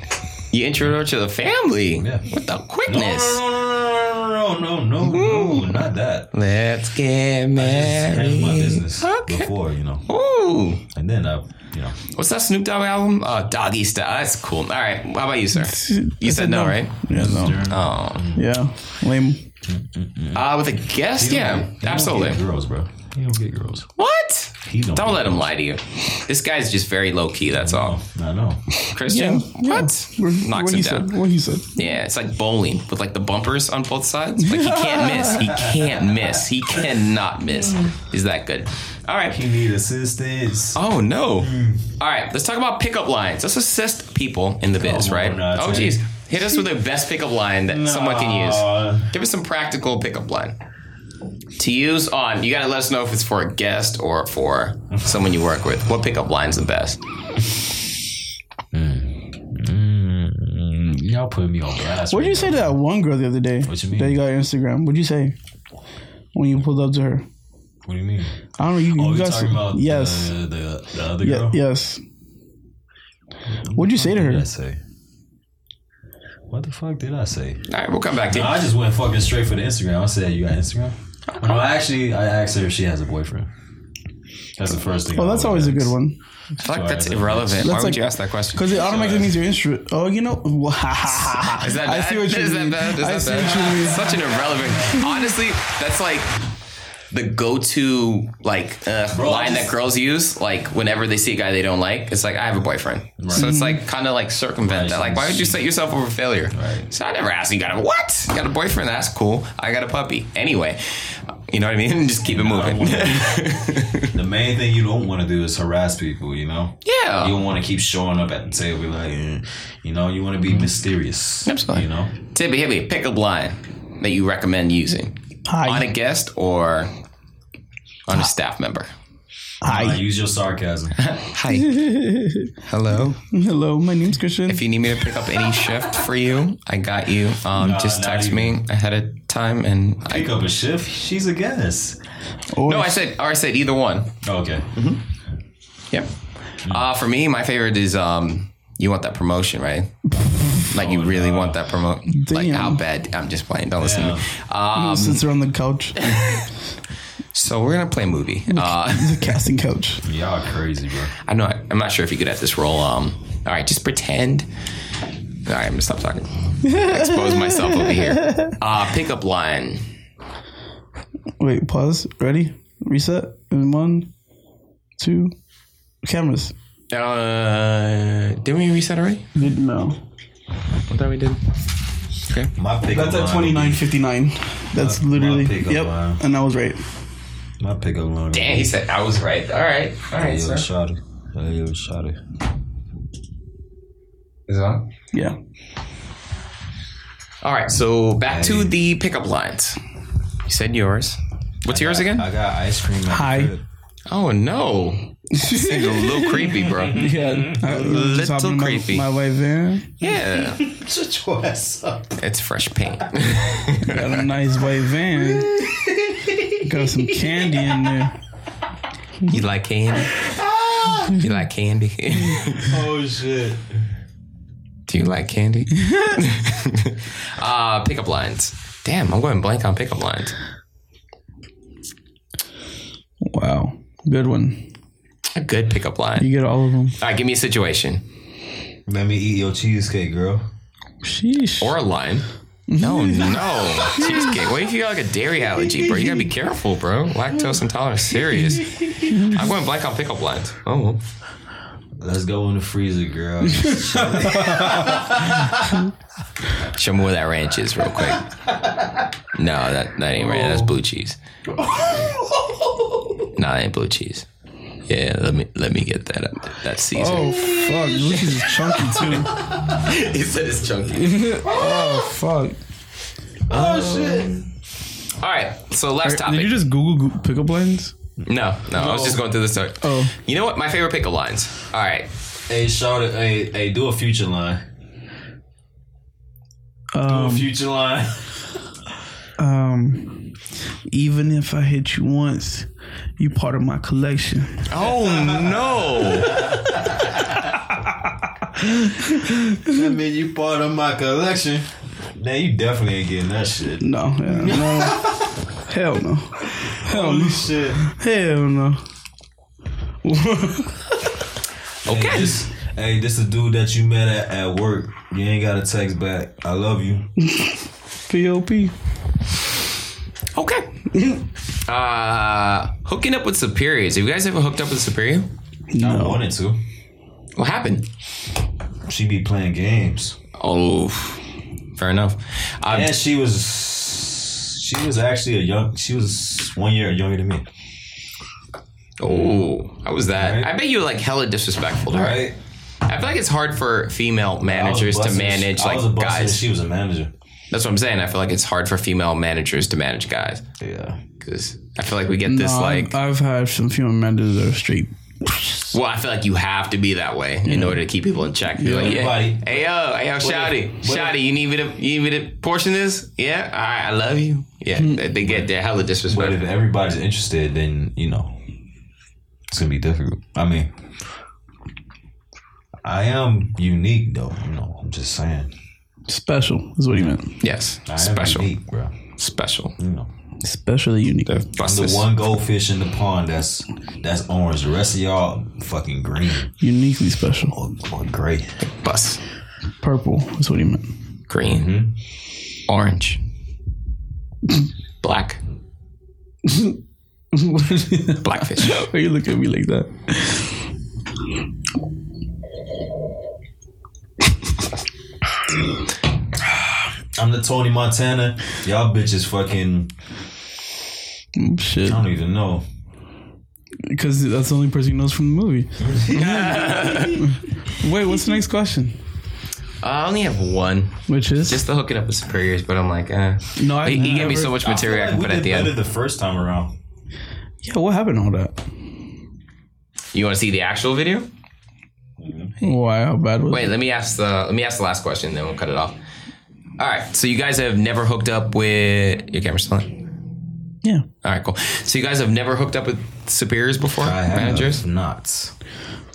Speaker 1: You introduced her to the family.
Speaker 4: Yeah.
Speaker 1: With the
Speaker 4: no
Speaker 1: quickness.
Speaker 4: no no no no no no no, no not that.
Speaker 1: Let's get
Speaker 4: Just handle my
Speaker 1: married.
Speaker 4: business
Speaker 1: Okay.
Speaker 4: before you know,
Speaker 1: Ooh.
Speaker 4: and then I you know
Speaker 1: What's that Snoop Dogg album? Uh, Doggy Style. That's cool. All right. How about you, sir? You
Speaker 3: I
Speaker 1: said no, right?
Speaker 3: Yeah, no.
Speaker 1: Oh.
Speaker 3: Yeah. Lame.
Speaker 1: Uh, with a guest?
Speaker 4: He
Speaker 1: Yeah,
Speaker 4: don't get
Speaker 1: absolutely.
Speaker 4: girls bro he don't get girls
Speaker 1: What?
Speaker 4: he don't
Speaker 1: Don't
Speaker 4: get
Speaker 1: let him lie to you. This guy's just very low key, that's all.
Speaker 4: girls. I know
Speaker 1: Christian? What? Knocks
Speaker 3: what
Speaker 1: him
Speaker 3: he
Speaker 1: down.
Speaker 3: said. What he said.
Speaker 1: Yeah, it's like bowling with like the bumpers on both sides. Like he can't miss. He can't miss. He cannot miss. Is that good? All right.
Speaker 4: he need assistance
Speaker 1: Oh no. All right. Let's talk about pickup lines. Let's assist people in the biz,
Speaker 4: Come
Speaker 1: right?
Speaker 4: on, Nazi.
Speaker 1: Oh geez. Hit us with the best pickup line that someone can use. Give us some practical pickup line to use on. You gotta let us know if it's for a guest or for someone you work with. What pickup line's the best?
Speaker 4: Mm, y'all putting me on blast
Speaker 3: What did
Speaker 4: right
Speaker 3: you say to that one girl the other day?
Speaker 4: What you mean?
Speaker 3: That you got on Instagram. What'd you say when you pulled up to her?
Speaker 4: now. what do you mean
Speaker 3: I don't know. You,
Speaker 4: Oh,
Speaker 3: you
Speaker 4: you're
Speaker 3: got
Speaker 4: talking
Speaker 3: some-
Speaker 4: about
Speaker 3: yes,
Speaker 4: the, the, the other
Speaker 3: Ye-
Speaker 4: girl?
Speaker 3: yes. What'd you say to
Speaker 4: What did I
Speaker 3: her?
Speaker 4: say? What the fuck did I say?
Speaker 1: All right, we'll come back to you.
Speaker 4: I just went fucking straight for the Instagram. I said, "You got Instagram?" Oh, no, actually, I asked her if she has a boyfriend. That's the first thing.
Speaker 3: Well,
Speaker 4: I
Speaker 1: Oh,
Speaker 3: that's Oh, always
Speaker 4: always
Speaker 3: a good
Speaker 4: ask.
Speaker 3: one
Speaker 1: Fuck, that's
Speaker 4: Sorry, I-
Speaker 1: irrelevant. Why
Speaker 3: That's
Speaker 1: would
Speaker 3: like-
Speaker 1: you ask that question?
Speaker 3: because it automatically means you're interested. Oh, you know,
Speaker 1: Is that
Speaker 3: I
Speaker 1: bad?
Speaker 3: see what you
Speaker 1: Is
Speaker 3: mean.
Speaker 1: that bad? Is
Speaker 3: I
Speaker 1: that
Speaker 3: see
Speaker 1: bad?
Speaker 3: what you mean.
Speaker 1: Such an irrelevant. Honestly, that's like the go-to like uh,
Speaker 4: Bro, I
Speaker 1: line
Speaker 4: just-
Speaker 1: that girls use like whenever they see a guy they don't like it's like i have a boyfriend so
Speaker 3: Mm-hmm.
Speaker 1: it's like kind of like circumvent that like why would you set yourself up for failure
Speaker 4: Right.
Speaker 1: so i never asked you got a what you got a boyfriend that's cool i got a puppy anyway you know what i mean just keep it
Speaker 4: I
Speaker 1: moving
Speaker 4: wanna- the main thing you don't want to do is harass people. You know?
Speaker 1: Yeah.
Speaker 4: You don't want to keep showing up at the table like, eh, you know, you want to be
Speaker 3: Mm-hmm.
Speaker 4: mysterious.
Speaker 1: Absolutely.
Speaker 4: You know?
Speaker 1: tibby hibby pick a line that you recommend using on a
Speaker 3: Hi,
Speaker 1: guest or on a staff member
Speaker 4: Uh,
Speaker 3: hi,
Speaker 4: use your sarcasm.
Speaker 1: Hi. Hello.
Speaker 3: hello. My name's Christian.
Speaker 1: If you need me to pick up any shift for you, I got you. Um,
Speaker 4: Nah,
Speaker 1: just
Speaker 4: not
Speaker 1: text me
Speaker 4: even.
Speaker 1: ahead of time, and I.
Speaker 4: Pick up a shift. She's a guest.
Speaker 3: Or-
Speaker 1: No, I said, or I said either one.
Speaker 4: Okay.
Speaker 3: Mm-hmm.
Speaker 1: Yep.
Speaker 4: Hmm.
Speaker 1: Uh, for me, my favorite is um, you want that promotion, right? Like
Speaker 4: Oh,
Speaker 1: you really want that promotion. Like
Speaker 3: Damn.
Speaker 1: how bad? I'm just playing. Don't listen to me. Uh, um,
Speaker 3: since they're on the couch,
Speaker 1: So we're gonna play a movie. Uh,
Speaker 3: the casting couch.
Speaker 4: Y'all crazy, bro.
Speaker 1: I know. I'm not sure if you're good at this role. Um, all right, just pretend. All right, I'm gonna stop talking. Expose myself over here. Uh, pickup line.
Speaker 3: Wait, pause. Ready? Reset. And one, two, cameras.
Speaker 1: Uh, did we reset already?
Speaker 3: Did no.
Speaker 1: I thought we did. Okay.
Speaker 4: My pickup
Speaker 3: That's at
Speaker 4: line-
Speaker 3: twenty nine fifty nine. That's
Speaker 4: My- my
Speaker 3: literally
Speaker 4: pickup
Speaker 3: yep.
Speaker 4: line.
Speaker 3: And I was right.
Speaker 4: My pickup line.
Speaker 1: Damn, he said I was right. All right, all
Speaker 4: Hey,
Speaker 1: right,
Speaker 4: yo,
Speaker 1: sir.
Speaker 4: shot it. Hey, yo, shot it.
Speaker 1: Is it on?
Speaker 3: Yeah.
Speaker 1: All right, so back to
Speaker 4: Hey.
Speaker 1: the pickup lines. You said yours. What's yours again?
Speaker 4: I got ice cream. At
Speaker 3: Hi.
Speaker 4: The crib.
Speaker 1: Oh no, This thing's a little creepy, bro.
Speaker 3: Yeah. I, I was just
Speaker 1: Little
Speaker 3: hopping in my,
Speaker 1: creepy.
Speaker 3: My wife van.
Speaker 1: Yeah,
Speaker 4: Shut your ass up.
Speaker 1: it's fresh paint.
Speaker 3: Got a nice white van. Got some candy in there.
Speaker 1: You like candy? You like candy?
Speaker 4: Oh shit.
Speaker 1: Do you like candy? uh, pickup lines. Damn, I'm going blank on pickup lines.
Speaker 3: Wow. Good one.
Speaker 1: A good pickup line.
Speaker 3: You get all of them.
Speaker 1: All right, give me a situation
Speaker 4: Let me eat your cheesecake, girl.
Speaker 3: Sheesh.
Speaker 1: or a line. No, no. Cheesecake. What if you got like a dairy allergy, bro? You gotta be careful, bro. Lactose intolerance, serious. I'm going blank on pickup lines. Oh, well.
Speaker 4: Let's go in the freezer, girl.
Speaker 1: show me where that ranch is, real quick. No, that that ain't ranch. That's blue cheese. no, that ain't blue cheese. Yeah, let me let me get that up. That's Caesar.
Speaker 3: Oh fuck, this is chunky too.
Speaker 1: He said it's chunky.
Speaker 3: oh fuck.
Speaker 1: All right, so last
Speaker 3: Did
Speaker 1: topic.
Speaker 3: you just Google go- pickup lines?
Speaker 1: no, no, I was just going through the story.
Speaker 3: Oh.
Speaker 1: You know what? My favorite pickup lines. All right,
Speaker 4: hey, shout it. Hey, hey, do a future line. do a future line.
Speaker 3: Um, even if I hit you once, you part of my collection.
Speaker 1: Oh no!
Speaker 4: I mean, you part of my collection. Now you definitely ain't getting that shit.
Speaker 3: No, yeah, no. hell no, hell no,
Speaker 4: Holy shit.
Speaker 3: hell no.
Speaker 4: Hey,
Speaker 1: Okay.
Speaker 4: this, hey, this a dude that you met at, at work. You ain't got to text back. I love you.
Speaker 3: P.O.P.
Speaker 1: Okay. Uh, hooking up with superiors. Have you guys ever hooked up with a superior?
Speaker 4: I wanted to.
Speaker 1: What happened?
Speaker 4: She be playing games.
Speaker 1: Oh, fair enough. Um,
Speaker 4: And she was she was actually a young she was one year younger than me.
Speaker 1: Oh, how was that?
Speaker 4: Right.
Speaker 1: I bet you were like hella disrespectful to her.
Speaker 4: Right?
Speaker 1: I feel like it's hard for female
Speaker 4: I was
Speaker 1: managers to
Speaker 4: busing-
Speaker 1: manage
Speaker 4: I was a
Speaker 1: like
Speaker 4: busser,
Speaker 1: guys.
Speaker 4: She was a manager.
Speaker 1: That's what I'm saying. I feel like it's hard for female managers to manage guys
Speaker 4: Yeah.
Speaker 1: because I feel like we get this
Speaker 3: No,
Speaker 1: like.
Speaker 3: I've, I've had some female managers that are straight.
Speaker 1: well, I feel like you have to be that way in order to keep people in check. Be like, yeah,
Speaker 4: Everybody-
Speaker 1: hey yo, hey yo, shouty,
Speaker 4: what if-
Speaker 1: shouty, you need me to you need me to portion this? Yeah, all right, I love you. Yeah, they, they get they're hella
Speaker 4: But if
Speaker 1: disrespectful.
Speaker 4: everybody's interested, then you know it's gonna be difficult. I mean, I am unique though. You know, I'm just saying.
Speaker 3: Special is what he meant.
Speaker 1: Yes,
Speaker 4: I am
Speaker 1: special,
Speaker 4: unique, bro.
Speaker 1: special.
Speaker 4: You know,
Speaker 3: Especially unique.
Speaker 4: I'm
Speaker 1: Bust
Speaker 4: the
Speaker 1: this.
Speaker 4: one goldfish in the pond that's that's orange. The rest of y'all fucking green
Speaker 3: Uniquely special.
Speaker 4: or, or gray.
Speaker 1: Bust.
Speaker 3: Purple is what he meant.
Speaker 1: green,
Speaker 4: Mm-hmm.
Speaker 1: orange, black, blackfish. Uh,
Speaker 3: Why you look at me like that?
Speaker 4: I'm the Tony Montana. Y'all bitches fucking.
Speaker 3: Mm, Shit.
Speaker 4: I don't even know.
Speaker 3: Because that's the only person he knows from the movie. Wait, what's the next question?
Speaker 1: I only have one.
Speaker 3: Which is
Speaker 1: Just the hooking up with superiors, but I'm like, eh.
Speaker 3: no. I,
Speaker 1: He, he gave me so
Speaker 3: never-
Speaker 1: much material I,
Speaker 4: Like,
Speaker 1: can
Speaker 4: we
Speaker 1: put at
Speaker 4: did
Speaker 1: the
Speaker 4: better
Speaker 1: end.
Speaker 4: the first time around.
Speaker 3: Yeah, what happened to all that?
Speaker 1: You want to see the actual video?
Speaker 3: Why? How bad was
Speaker 1: Wait, let me ask the let me ask the last question, then we'll cut it off. All right, so you guys have never hooked up with your camera's still on?
Speaker 3: it? Yeah.
Speaker 1: All right, cool. So you guys have never hooked up with superiors before,
Speaker 4: I have
Speaker 1: managers?
Speaker 4: not.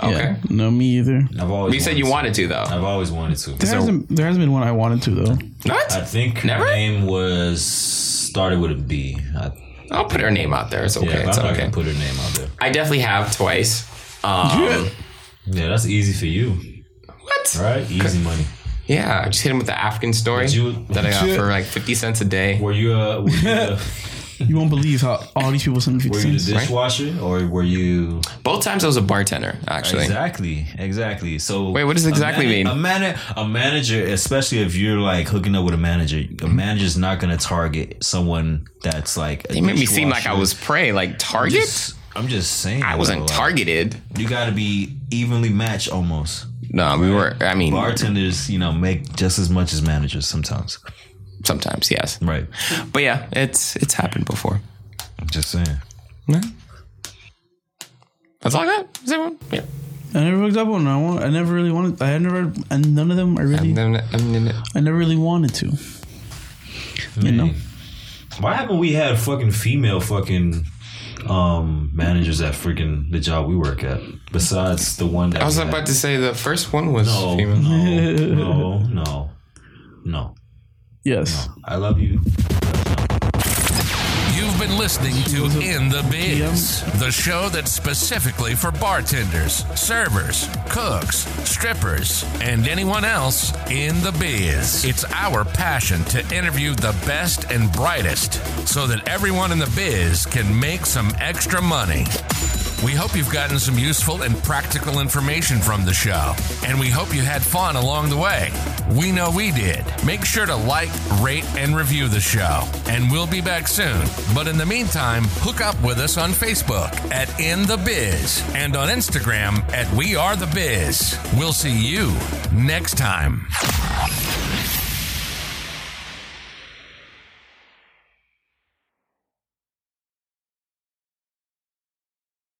Speaker 1: Okay.
Speaker 3: Yeah. No, me either.
Speaker 4: I've always.
Speaker 1: You said you
Speaker 4: to.
Speaker 1: wanted to though.
Speaker 4: I've always wanted to.
Speaker 3: There hasn't there hasn't been one I wanted to though.
Speaker 4: I
Speaker 1: What?
Speaker 4: think her
Speaker 1: Never?
Speaker 4: name was started with a B. I,
Speaker 1: I'll put her name out there. It's okay.
Speaker 4: yeah, but
Speaker 1: it's
Speaker 4: I'm not
Speaker 1: okay.
Speaker 4: gonna put her name out there.
Speaker 1: I definitely have twice. Um,
Speaker 4: Yeah, that's easy for you,
Speaker 1: what?
Speaker 4: right? Easy money.
Speaker 1: Yeah, I just hit him with the African story
Speaker 4: you-
Speaker 1: that I got for like 50 cents a day.
Speaker 4: Were you a were you, a,
Speaker 3: You won't believe how all these people sent me
Speaker 4: were you the
Speaker 3: fifty cents.
Speaker 4: dishwasher or were you
Speaker 1: Both times I was a bartender, actually.
Speaker 4: exactly exactly? So
Speaker 1: Wait, what does
Speaker 4: a
Speaker 1: exactly
Speaker 4: mana-
Speaker 1: mean?
Speaker 4: A man a manager, especially if you're like hooking up with a manager, a
Speaker 1: Mm-hmm.
Speaker 4: manager's not gonna target someone that's like. A
Speaker 1: It made me seem like I
Speaker 4: dishwasher.
Speaker 1: was prey, like
Speaker 4: I'm
Speaker 1: Target.
Speaker 4: just, I'm just saying.
Speaker 1: I wasn't
Speaker 4: targeted.
Speaker 1: targeted.
Speaker 4: You gotta be evenly matched almost.
Speaker 1: No, we were. I mean,
Speaker 4: bartenders, you know, make just as much as managers sometimes.
Speaker 1: sometimes yes,
Speaker 4: Right.
Speaker 1: but yeah, it's it's happened before.
Speaker 4: Just saying.
Speaker 1: Yeah. That's all I got. Is that one? Yeah.
Speaker 3: I never hooked up on. I want. I never really wanted. I had never. And none of them. I really. I never really wanted to. You know.
Speaker 4: Why haven't we had fucking female fucking um managers at freaking the job we work at? Besides the one that
Speaker 1: I was
Speaker 4: we
Speaker 1: about
Speaker 4: had?
Speaker 1: to say the first one was
Speaker 4: no,
Speaker 1: female.
Speaker 4: no, no, no, no.
Speaker 3: Yes.
Speaker 4: I love you.
Speaker 7: You've been listening to In the Biz, the show that's specifically for bartenders, servers, cooks, strippers, and anyone else in the biz. It's our passion to interview the best and brightest so that everyone in the biz can make some extra money. We hope you've gotten some useful and practical information from the show, and we hope you had fun along the way. We know we did. Make sure to like, rate, and review the show, and we'll be back soon. But in the meantime, hook up with us on Facebook at In The Biz and on Instagram at We Are The Biz. We'll see you next time.